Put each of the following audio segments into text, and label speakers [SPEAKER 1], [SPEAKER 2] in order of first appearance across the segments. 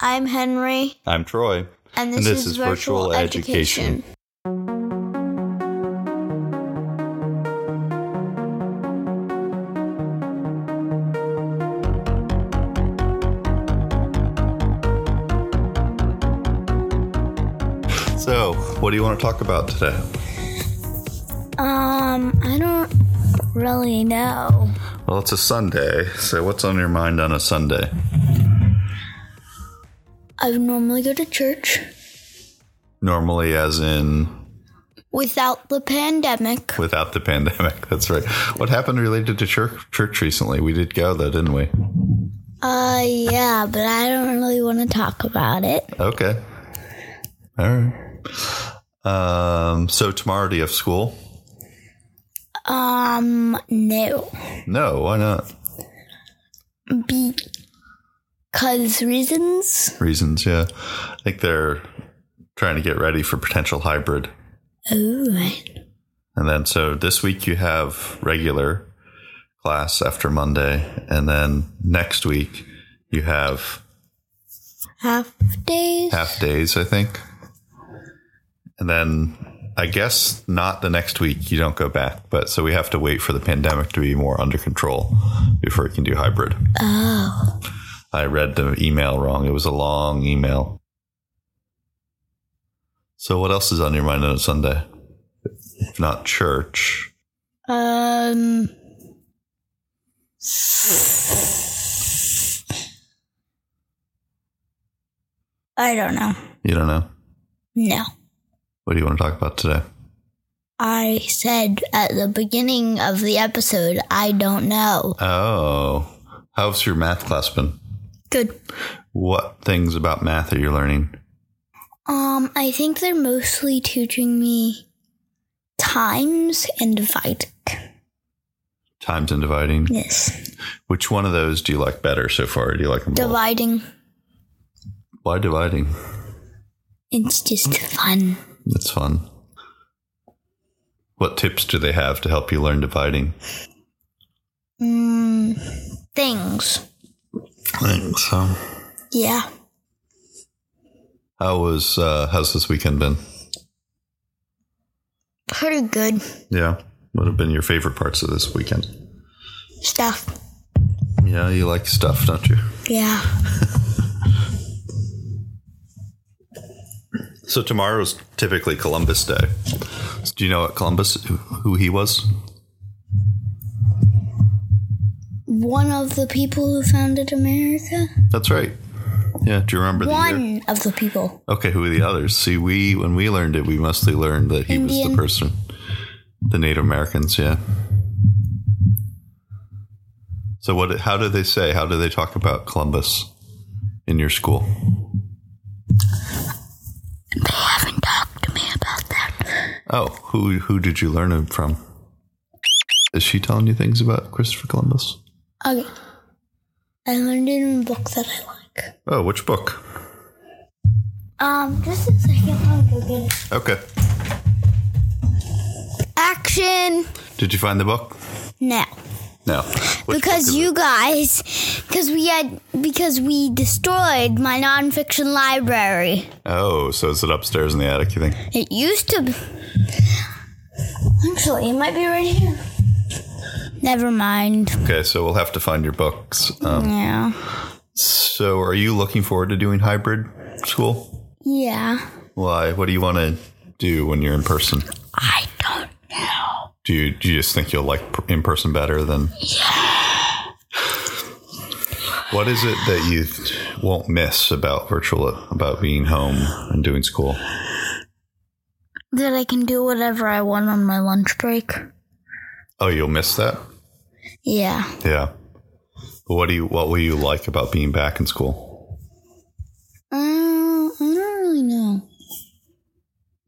[SPEAKER 1] I'm Henry,
[SPEAKER 2] I'm Troy.
[SPEAKER 1] and this,
[SPEAKER 2] And this
[SPEAKER 1] is,
[SPEAKER 2] is
[SPEAKER 1] virtual,
[SPEAKER 2] Virtual
[SPEAKER 1] education.
[SPEAKER 2] Education. So, what do you want to talk about today?
[SPEAKER 1] Um, I don't really know.
[SPEAKER 2] Well, it's a Sunday. So, what's on your mind on a Sunday?
[SPEAKER 1] I would normally go to church
[SPEAKER 2] Normally, as in
[SPEAKER 1] without the pandemic.
[SPEAKER 2] without the pandemic. That's right. What happened related to church, church recently? We did go, though, didn't we?
[SPEAKER 1] Uh, yeah, but I don't really want to talk about it.
[SPEAKER 2] Okay. All right. Um, so, tomorrow, do you have school?
[SPEAKER 1] Um, no.
[SPEAKER 2] No, why not?
[SPEAKER 1] Because reasons?
[SPEAKER 2] Reasons, yeah. I think they're trying to get ready for potential hybrid.
[SPEAKER 1] Oh,
[SPEAKER 2] And then so this week you have regular class after Monday, and then next week you have
[SPEAKER 1] half days?
[SPEAKER 2] half days, I think. And then I guess not the next week you don't go back, but so we have to wait for the pandemic to be more under control before we can do hybrid.
[SPEAKER 1] Oh.
[SPEAKER 2] I read the email wrong. It was a long email. So what else is on your mind on a Sunday? If not church.
[SPEAKER 1] Um. I don't know.
[SPEAKER 2] You don't know.
[SPEAKER 1] No.
[SPEAKER 2] What do you want to talk about today?
[SPEAKER 1] I said at the beginning of the episode, I don't know.
[SPEAKER 2] Oh, how's your math class been?
[SPEAKER 1] Good.
[SPEAKER 2] What things about math are you learning?
[SPEAKER 1] Um, I think they're mostly teaching me times and dividing.
[SPEAKER 2] Times and dividing.
[SPEAKER 1] Yes.
[SPEAKER 2] Which one of those do you like better so far? Do you like them both?
[SPEAKER 1] Dividing.
[SPEAKER 2] Why dividing?
[SPEAKER 1] It's just fun.
[SPEAKER 2] That's fun. What tips do they have to help you learn dividing?
[SPEAKER 1] Mm, things.
[SPEAKER 2] I think so.
[SPEAKER 1] Yeah.
[SPEAKER 2] How was uh, how's this weekend been?
[SPEAKER 1] Pretty good
[SPEAKER 2] Yeah. What have been your favorite parts of this weekend?
[SPEAKER 1] stuff.
[SPEAKER 2] Yeah, you like stuff, don't you?
[SPEAKER 1] Yeah.
[SPEAKER 2] So tomorrow's typically Columbus Day. Do you know what Columbus who- who he was?
[SPEAKER 1] one of the people who founded America?
[SPEAKER 2] That's right. Yeah, do you remember the year?
[SPEAKER 1] One of the people.
[SPEAKER 2] Okay, who are the others? See, we when we learned it, we mostly learned that he was
[SPEAKER 1] Indian.
[SPEAKER 2] the person, the Native Americans. Yeah. So what? How do they say? How do they talk about Columbus in your school?
[SPEAKER 1] They haven't talked to me about that.
[SPEAKER 2] Oh, who who did you learn him from? Is she telling you things about Christopher Columbus?
[SPEAKER 1] Okay. I learned it in a book that I like.
[SPEAKER 2] Oh, which book?
[SPEAKER 1] Um, just a second. I'll go get it.
[SPEAKER 2] Okay.
[SPEAKER 1] Action!
[SPEAKER 2] Did you find the book?
[SPEAKER 1] Now.
[SPEAKER 2] No. Which book
[SPEAKER 1] because
[SPEAKER 2] is
[SPEAKER 1] you guys, because we had, because we destroyed my nonfiction library.
[SPEAKER 2] it? Oh, so is it upstairs in the attic? You think?
[SPEAKER 1] It used to be. Actually, it might be right here. Never mind.
[SPEAKER 2] Okay, so we'll have to find your books.
[SPEAKER 1] Oh.
[SPEAKER 2] Um,
[SPEAKER 1] Yeah.
[SPEAKER 2] so, are you looking forward to doing hybrid school?
[SPEAKER 1] Yeah.
[SPEAKER 2] Why? What do you want to do when you're in person?
[SPEAKER 1] I don't know.
[SPEAKER 2] Do you, do you just think you'll like per- in person better than? What is it that you th- won't miss about virtual about being home and doing school?
[SPEAKER 1] that I can do whatever I want on my lunch break.
[SPEAKER 2] Oh, you'll miss that.
[SPEAKER 1] Yeah.
[SPEAKER 2] Yeah. But what do you what will you like about being back in school?
[SPEAKER 1] Um, I don't really know.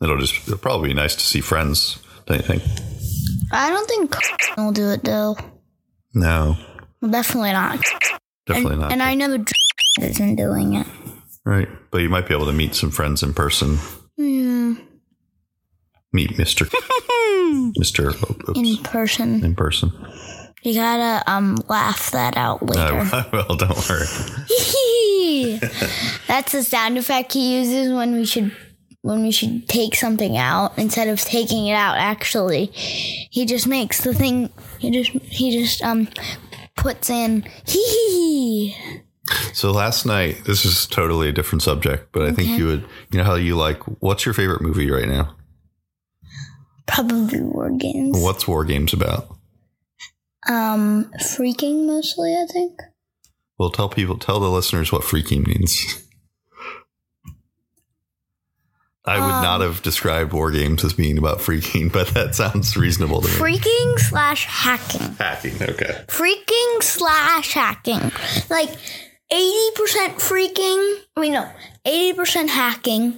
[SPEAKER 2] It'll just it'll probably be nice to see friends. Don't you think?
[SPEAKER 1] I don't think will do it though.
[SPEAKER 2] No,
[SPEAKER 1] Well, definitely not.
[SPEAKER 2] definitely not.
[SPEAKER 1] And I know Dr- isn't doing it.
[SPEAKER 2] right, but you might be able to meet some friends in person.
[SPEAKER 1] Hmm.
[SPEAKER 2] Meet Mister Mister
[SPEAKER 1] In person,
[SPEAKER 2] in person. Uh,
[SPEAKER 1] you gotta um laugh that out later.
[SPEAKER 2] I will. Don't worry.
[SPEAKER 1] Wee! That's the sound effect he uses when we should when we should take something out instead of taking it out actually. He just makes the thing he just he just um puts in hee hee hee.
[SPEAKER 2] So last night, this is totally a different subject, but I think you would, you know, how you like, what's your favorite movie right now?
[SPEAKER 1] Probably war games.
[SPEAKER 2] What's War Games about?
[SPEAKER 1] Um freaking mostly I think.
[SPEAKER 2] Well, tell people, tell the listeners what freaking means. I would not have described War Games as being about freaking, but that sounds reasonable to me.
[SPEAKER 1] Freaking slash hacking.
[SPEAKER 2] Hacking, okay.
[SPEAKER 1] freaking slash hacking. Like 80% freaking, I mean, no, 80% hacking,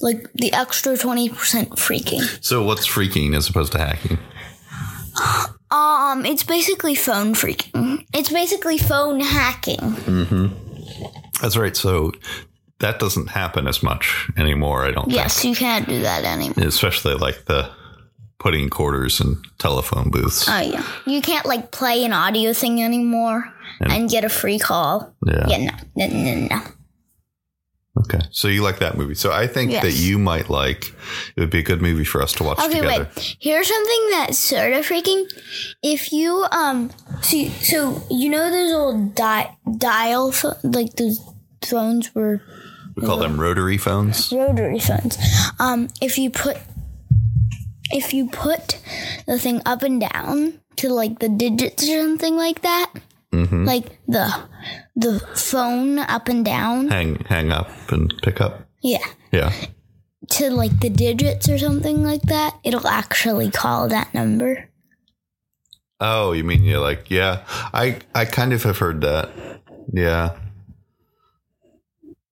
[SPEAKER 1] like the extra 20% freaking.
[SPEAKER 2] So what's freaking as opposed to hacking?
[SPEAKER 1] Um, it's basically phone freaking. It's basically phone hacking.
[SPEAKER 2] That's right. So that doesn't happen as much anymore, I don't
[SPEAKER 1] Yes, you can't do that anymore.
[SPEAKER 2] think. Especially like the putting quarters in telephone booths.
[SPEAKER 1] Oh, yeah. You can't, like, play an audio thing anymore and get a free call.
[SPEAKER 2] Yeah.
[SPEAKER 1] Yeah, no, no, no, no.
[SPEAKER 2] Okay. So you like that movie. So I think
[SPEAKER 1] Yes.
[SPEAKER 2] that you might like it would be a good movie for us to watch
[SPEAKER 1] Okay,
[SPEAKER 2] together.
[SPEAKER 1] wait. Here's something that's sort of freaking. If you um, see, so you know those old di- dial, pho- like those phones were
[SPEAKER 2] We call
[SPEAKER 1] Mm-hmm.
[SPEAKER 2] them rotary phones.
[SPEAKER 1] rotary phones. Um, if you put, if you put the thing up and down to like the digits or something like that, like the the phone up and down,
[SPEAKER 2] Hang hang up and pick up.
[SPEAKER 1] yeah,
[SPEAKER 2] Yeah.
[SPEAKER 1] to like the digits or something like that, it'll actually call that number.
[SPEAKER 2] Oh, you mean you're like, yeah. I I kind of have heard that. Yeah.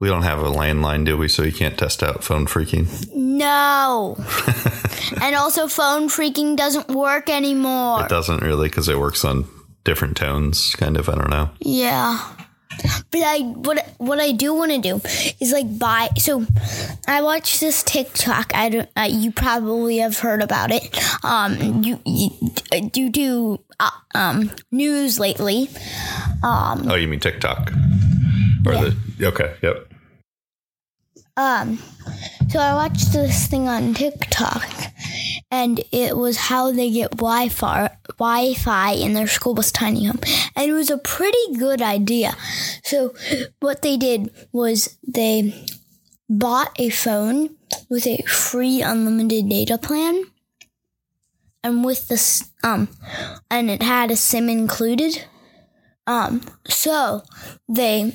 [SPEAKER 2] We don't have a landline, do we? So you can't test out phone freaking.
[SPEAKER 1] No. and also, phone freaking doesn't work anymore.
[SPEAKER 2] It doesn't really because it works on different tones, kind of. I don't know.
[SPEAKER 1] Yeah. But I what what I do want to do is like buy. So I watched this TikTok. I don't. Uh, you probably have heard about it. Um, you you, uh, you do uh, um news lately.
[SPEAKER 2] Oh, you mean TikTok? Or the okay, yep.
[SPEAKER 1] Um, so I watched this thing on TikTok, and it was how they get Wi-Fi Wi-Fi in their school bus tiny home, and it was a pretty good idea. So what they did was they bought a phone with a free unlimited data plan, and with this um, and it had a SIM included. Um, so they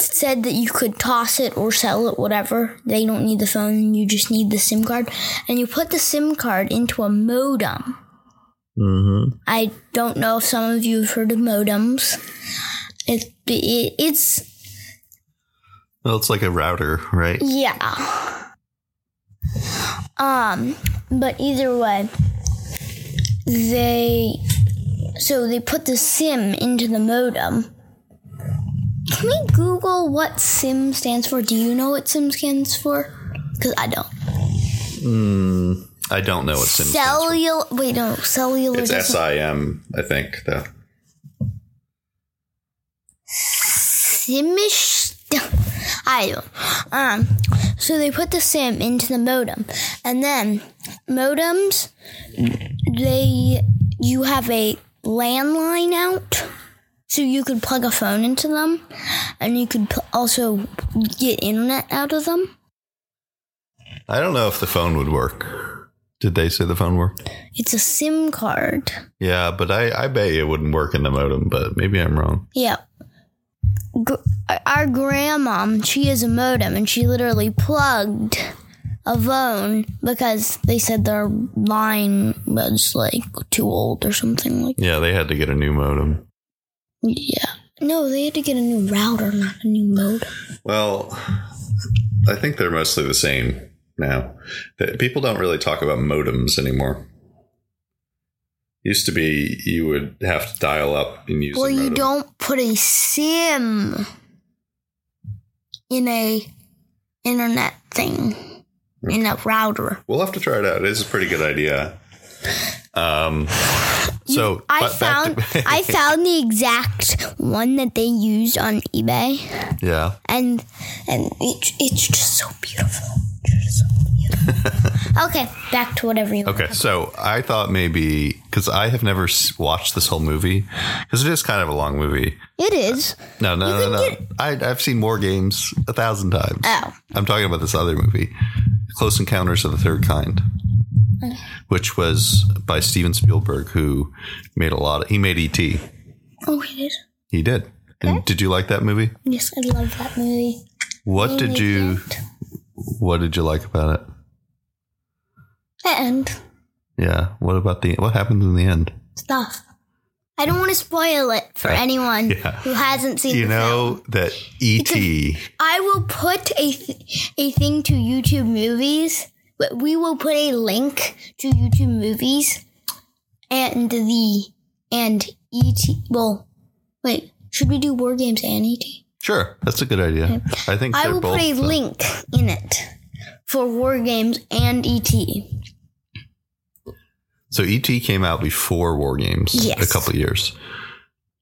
[SPEAKER 1] said that you could toss it or sell it, whatever. They don't need the phone, you just need the SIM card. And you put the SIM card into a modem.
[SPEAKER 2] Mm-hmm.
[SPEAKER 1] I don't know if some of you have heard of modems. It, it, it's,
[SPEAKER 2] Well, it's like a router, right?
[SPEAKER 1] yeah. Um, but either way, they, so they put the SIM into the modem. Can we Google what SIM stands for? Do you know what SIM stands for? Because I don't.
[SPEAKER 2] I don't know what SIM stands for.
[SPEAKER 1] Cellular. Wait, no, cellular.
[SPEAKER 2] It's
[SPEAKER 1] doesn't-
[SPEAKER 2] SIM, I think. Though.
[SPEAKER 1] Simish. I don't. Um. So they put the sim into the modem, and then modems. They you have a landline out, so you could plug a phone into them, and you could pl- also get internet out of them.
[SPEAKER 2] I don't know if the phone would work. Did they say the phone worked?
[SPEAKER 1] It's a SIM card.
[SPEAKER 2] Yeah, but I, I bet it wouldn't work in the modem, but maybe I'm wrong.
[SPEAKER 1] Yeah. Gr- our grandma, she has a modem, and she literally plugged a phone because they said their line was like too old or something like.
[SPEAKER 2] Yeah, they had to get a new modem.
[SPEAKER 1] Yeah. No, they had to get a new router, not a new modem.
[SPEAKER 2] Well, I think they're mostly the same now. That- People don't really talk about modems anymore. Used to be you would have to dial up and use
[SPEAKER 1] Well,
[SPEAKER 2] a
[SPEAKER 1] you
[SPEAKER 2] modem.
[SPEAKER 1] don't put a SIM in a internet thing in a router.
[SPEAKER 2] We'll have to try it out. It is a pretty good idea. Um, So
[SPEAKER 1] I
[SPEAKER 2] but back
[SPEAKER 1] found
[SPEAKER 2] to-
[SPEAKER 1] I found the exact one that they used on eBay,
[SPEAKER 2] yeah.
[SPEAKER 1] and and it, it's just so beautiful. Just so beautiful. okay, back to whatever you.
[SPEAKER 2] Okay, so I thought maybe because I have never s- watched this whole movie because it is kind of a long movie.
[SPEAKER 1] It is.
[SPEAKER 2] No, no, no,
[SPEAKER 1] can
[SPEAKER 2] no. I, I've seen more games a thousand times.
[SPEAKER 1] Oh,
[SPEAKER 2] I'm talking about this other movie, Close Encounters of the Third Kind, which was by Steven Spielberg, who made a lot. Of, he made E.T.
[SPEAKER 1] oh, it is.
[SPEAKER 2] He did. And did you like that movie?
[SPEAKER 1] Yes, I love that movie.
[SPEAKER 2] What did
[SPEAKER 1] E
[SPEAKER 2] you What did you like about it?
[SPEAKER 1] The end
[SPEAKER 2] Yeah. What about the What happens in the end?
[SPEAKER 1] stuff. I don't want to spoil it for anyone
[SPEAKER 2] yeah.
[SPEAKER 1] who hasn't seen.
[SPEAKER 2] You
[SPEAKER 1] the film.
[SPEAKER 2] know that E E.T.
[SPEAKER 1] I will put a th- a thing to YouTube movies. but We will put a link to YouTube movies and the and ET. Well, wait, should we do war games and ET?
[SPEAKER 2] Sure, that's a good idea. I think
[SPEAKER 1] I
[SPEAKER 2] they're
[SPEAKER 1] will
[SPEAKER 2] both.
[SPEAKER 1] put a
[SPEAKER 2] uh,
[SPEAKER 1] link in it for war games and E ET.
[SPEAKER 2] So ET came out before War Games,
[SPEAKER 1] Yes.
[SPEAKER 2] a couple years.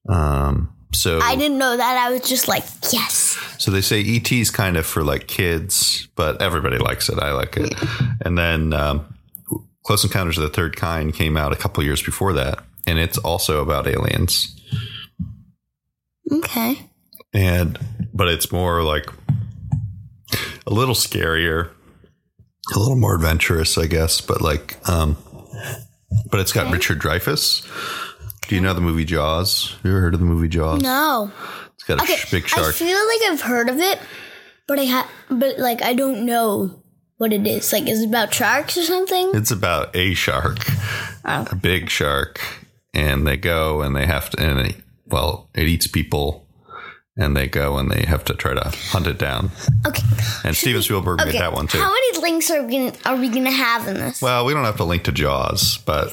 [SPEAKER 2] Um, so
[SPEAKER 1] I didn't know that. I was just like, yes.
[SPEAKER 2] so they say ET is kind of for like kids, but everybody likes it. I like it. And then um, Close Encounters of the Third Kind came out a couple years before that, and it's also about aliens.
[SPEAKER 1] Okay.
[SPEAKER 2] and but it's more like a little scarier a little more adventurous i guess but like um but it's got richard dreyfuss do you know the movie jaws you ever heard of the movie jaws
[SPEAKER 1] No.
[SPEAKER 2] it's got a
[SPEAKER 1] Okay.
[SPEAKER 2] sh- big
[SPEAKER 1] I
[SPEAKER 2] shark
[SPEAKER 1] feel like I've heard of it, but I ha- but like I don't know what it is. Like, is it about sharks or something?
[SPEAKER 2] it's about a shark
[SPEAKER 1] Oh.
[SPEAKER 2] a big shark and they go and they have to and it, well it eats people and they go and they have to try to hunt it down
[SPEAKER 1] Okay.
[SPEAKER 2] and steven spielberg
[SPEAKER 1] Okay.
[SPEAKER 2] made that one too
[SPEAKER 1] How many links are we gonna are we gonna have in this?
[SPEAKER 2] Well, we don't have to link to Jaws, but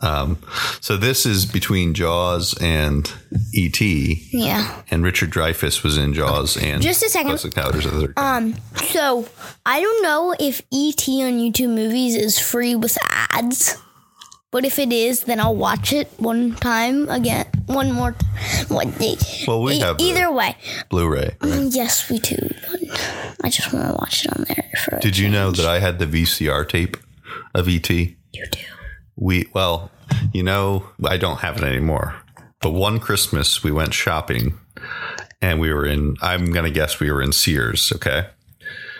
[SPEAKER 2] um, so this is between Jaws and E.T.
[SPEAKER 1] yeah.
[SPEAKER 2] and Richard Dreyfuss was in Jaws and
[SPEAKER 1] Just a second.
[SPEAKER 2] Close Encounters of the Third Kind.
[SPEAKER 1] Um. So I don't know if ET on YouTube Movies is free with ads, but if it is, then I'll watch it one time again, one more, t- one day.
[SPEAKER 2] Well, we
[SPEAKER 1] E-
[SPEAKER 2] have the-
[SPEAKER 1] either way.
[SPEAKER 2] Blu-ray.
[SPEAKER 1] Yes, we do. But I just want to watch it on there for
[SPEAKER 2] Did you know that I had the VCR tape of E E.T.
[SPEAKER 1] you do.
[SPEAKER 2] We well, you know, I don't have it anymore. But one Christmas we went shopping, and we were in. I'm gonna guess we were in Sears. Okay.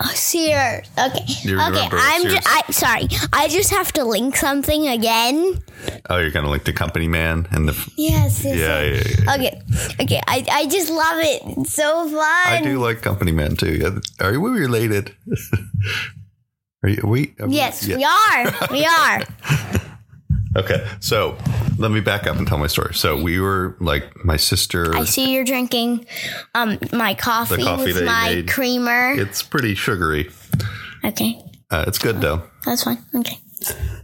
[SPEAKER 1] Oh, Sears. Okay.
[SPEAKER 2] You
[SPEAKER 1] okay.
[SPEAKER 2] remember
[SPEAKER 1] I'm. Ju-
[SPEAKER 2] Sears.
[SPEAKER 1] I sorry. I just have to link something again.
[SPEAKER 2] Oh, you're gonna link the Company Man and the
[SPEAKER 1] Yes. yes
[SPEAKER 2] yeah, yeah, yeah.
[SPEAKER 1] Okay, okay. I, I just love it. It's so fun.
[SPEAKER 2] I do like Company Man too. Are we related? are, you, are we? are we-
[SPEAKER 1] Yes,
[SPEAKER 2] yeah.
[SPEAKER 1] we are. We are.
[SPEAKER 2] Okay. So let me back up and tell my story. So we were like my sister.
[SPEAKER 1] I see you're drinking um my coffee,
[SPEAKER 2] coffee that
[SPEAKER 1] with
[SPEAKER 2] you
[SPEAKER 1] my
[SPEAKER 2] made.
[SPEAKER 1] creamer.
[SPEAKER 2] It's pretty sugary.
[SPEAKER 1] okay,
[SPEAKER 2] Uh, it's good though.
[SPEAKER 1] that's fine. Okay.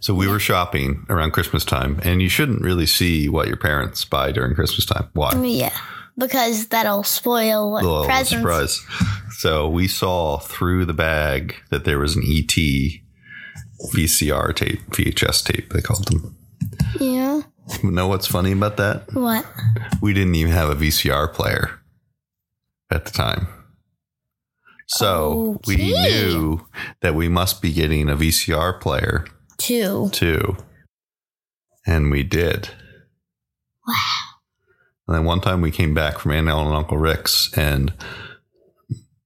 [SPEAKER 2] So we were shopping around Christmas time, and you shouldn't really see what your parents buy during Christmas time. Why?
[SPEAKER 1] Yeah, because that'll spoil what
[SPEAKER 2] Little
[SPEAKER 1] presents.
[SPEAKER 2] surprise. So we saw through the bag that there was an E ET VCR tape, VHS tape. They called them.
[SPEAKER 1] Yeah.
[SPEAKER 2] You know what's funny about that?
[SPEAKER 1] What?
[SPEAKER 2] we didn't even have a VCR player at the time. So we
[SPEAKER 1] Okay.
[SPEAKER 2] knew that we must be getting a VCR player
[SPEAKER 1] Two.
[SPEAKER 2] too. And we did.
[SPEAKER 1] Wow.
[SPEAKER 2] And then one time we came back from Aunt Ellen and Uncle Rick's, and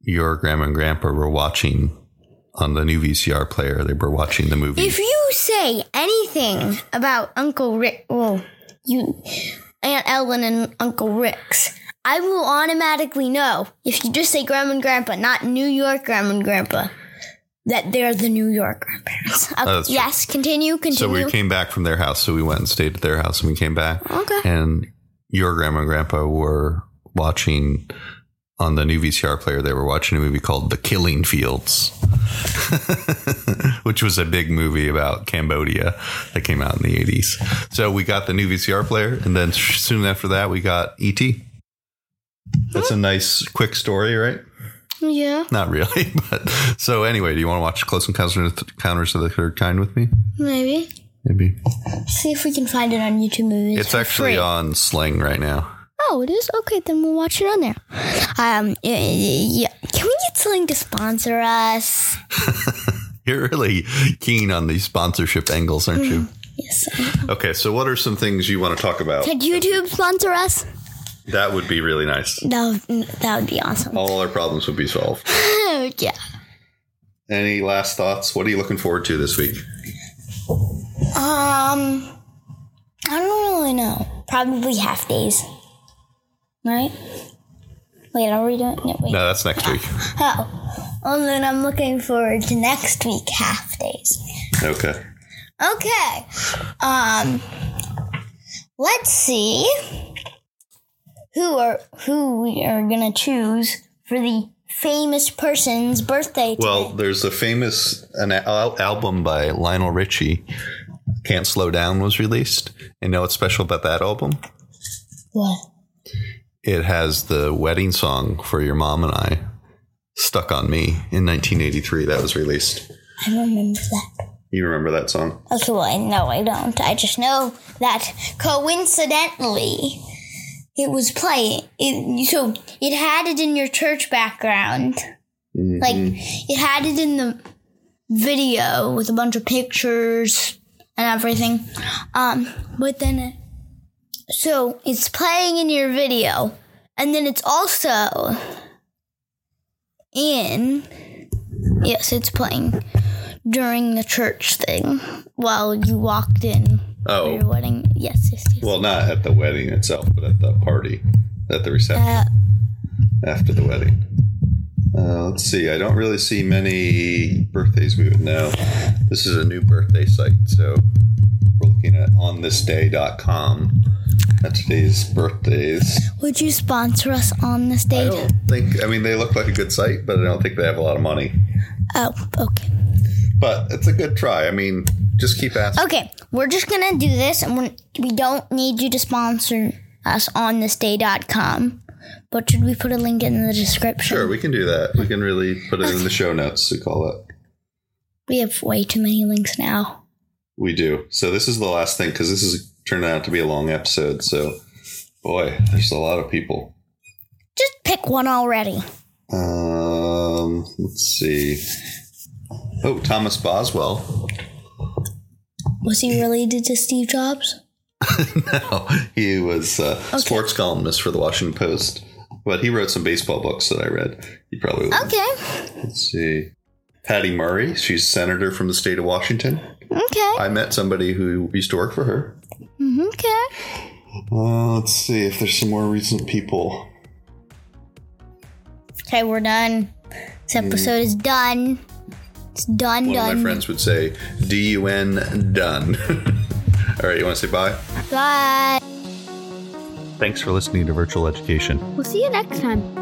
[SPEAKER 2] your grandma and grandpa were watching on the new VCR player, they were watching the movie.
[SPEAKER 1] If you say anything about Uncle Rick, well, you, Aunt Ellen and Uncle Rick's, I will automatically know if you just say Grandma and Grandpa, not New York Grandma and Grandpa, that they're the New York grandparents. Okay,
[SPEAKER 2] Oh, that's true.
[SPEAKER 1] yes, continue,
[SPEAKER 2] So we
[SPEAKER 1] continue.
[SPEAKER 2] came back from their house. So we went and stayed at their house and we came back.
[SPEAKER 1] Okay.
[SPEAKER 2] And your grandma and grandpa were watching on the new VCR player, they were watching a movie called The Killing Fields, which was a big movie about Cambodia that came out in the 80s. So we got the new VCR player. And then soon after that, we got E.T. That's a nice, quick story, right?
[SPEAKER 1] yeah,
[SPEAKER 2] Not really, but so anyway, do you want to watch Close Encounters Encounters of the Third Kind with me?
[SPEAKER 1] maybe.
[SPEAKER 2] Maybe
[SPEAKER 1] See if we can find it on YouTube movies.
[SPEAKER 2] it's
[SPEAKER 1] for
[SPEAKER 2] actually
[SPEAKER 1] free.
[SPEAKER 2] on Sling right now.
[SPEAKER 1] Oh, it is okay. Then we'll watch it on there. Um, yeah, yeah. Can we get Sling to sponsor us?
[SPEAKER 2] You're really keen on these sponsorship angles, aren't you?
[SPEAKER 1] Yes.
[SPEAKER 2] Okay, so what are some things you want to talk about?
[SPEAKER 1] Could YouTube sponsor us?
[SPEAKER 2] That would be really nice.
[SPEAKER 1] That would, that would be awesome.
[SPEAKER 2] All our problems would be solved.
[SPEAKER 1] yeah.
[SPEAKER 2] Any last thoughts? What are you looking forward to this week?
[SPEAKER 1] Um, I don't really know. Probably half days. Right? Wait, are we doing? No, wait.
[SPEAKER 2] No, that's next week.
[SPEAKER 1] Oh, well then I'm looking forward to next week half days.
[SPEAKER 2] Okay.
[SPEAKER 1] Okay. Um let's see who are who we are gonna choose for the famous person's birthday.
[SPEAKER 2] Well, there's a famous an al- album by Lionel Richie, "Can't Slow Down," was released. And know what's special about that album?
[SPEAKER 1] what?
[SPEAKER 2] It has the wedding song for your mom and I, "Stuck on Me" in 1983. That was released.
[SPEAKER 1] I remember that.
[SPEAKER 2] You remember that song?
[SPEAKER 1] Okay, well I know I don't. I just know that coincidentally it was playing. It, so it had it in your church background.
[SPEAKER 2] Mm-hmm.
[SPEAKER 1] Like it had it in the video with a bunch of pictures and everything. Um, but then it, so it's playing in your video, and then it's also in. Yes, it's playing during the church thing while you walked in for your
[SPEAKER 2] Oh,
[SPEAKER 1] wedding. Yes, yes, yes.
[SPEAKER 2] well, not at the wedding itself, but at the party, at the reception.
[SPEAKER 1] Uh,
[SPEAKER 2] after the wedding. Uh, let's see. I don't really see many birthdays we would know. This is a new birthday site, so we're looking at onthisday.com. That's today's birthdays.
[SPEAKER 1] would you sponsor us on the
[SPEAKER 2] I
[SPEAKER 1] stage?
[SPEAKER 2] don't think. I mean, they look like a good site, but I don't think they have a lot of money.
[SPEAKER 1] Oh, okay.
[SPEAKER 2] But it's a good try. I mean, just keep asking.
[SPEAKER 1] Okay, we're just gonna do this, and we're- we don't need you to sponsor us on thisday.com. But should we put a link in the description?
[SPEAKER 2] Sure, we can do that. We can really put it in the show notes. We call it.
[SPEAKER 1] We have way too many links now.
[SPEAKER 2] We do. So this is the last thing because this is turned out to be a long episode. So, boy, there's a lot of people.
[SPEAKER 1] Just pick one already.
[SPEAKER 2] Um, let's see. Oh, Thomas Boswell.
[SPEAKER 1] Was he related to Steve Jobs?
[SPEAKER 2] no, he was a sports columnist for the Washington Post, but he wrote some baseball books that I read. You probably would.
[SPEAKER 1] Okay,
[SPEAKER 2] Let's see. Patty Murray. She's senator from the state of Washington.
[SPEAKER 1] okay, mm-hmm,
[SPEAKER 2] I met somebody who used to work for her.
[SPEAKER 1] okay.
[SPEAKER 2] Uh, let's see if there's some more recent people.
[SPEAKER 1] Okay, we're done. This episode is done. It's done,
[SPEAKER 2] Mm. One of my
[SPEAKER 1] done.
[SPEAKER 2] friends would say D U N done. All right, you want to say bye?
[SPEAKER 1] Bye.
[SPEAKER 2] Thanks for listening to Virtual Education.
[SPEAKER 1] We'll see you next time.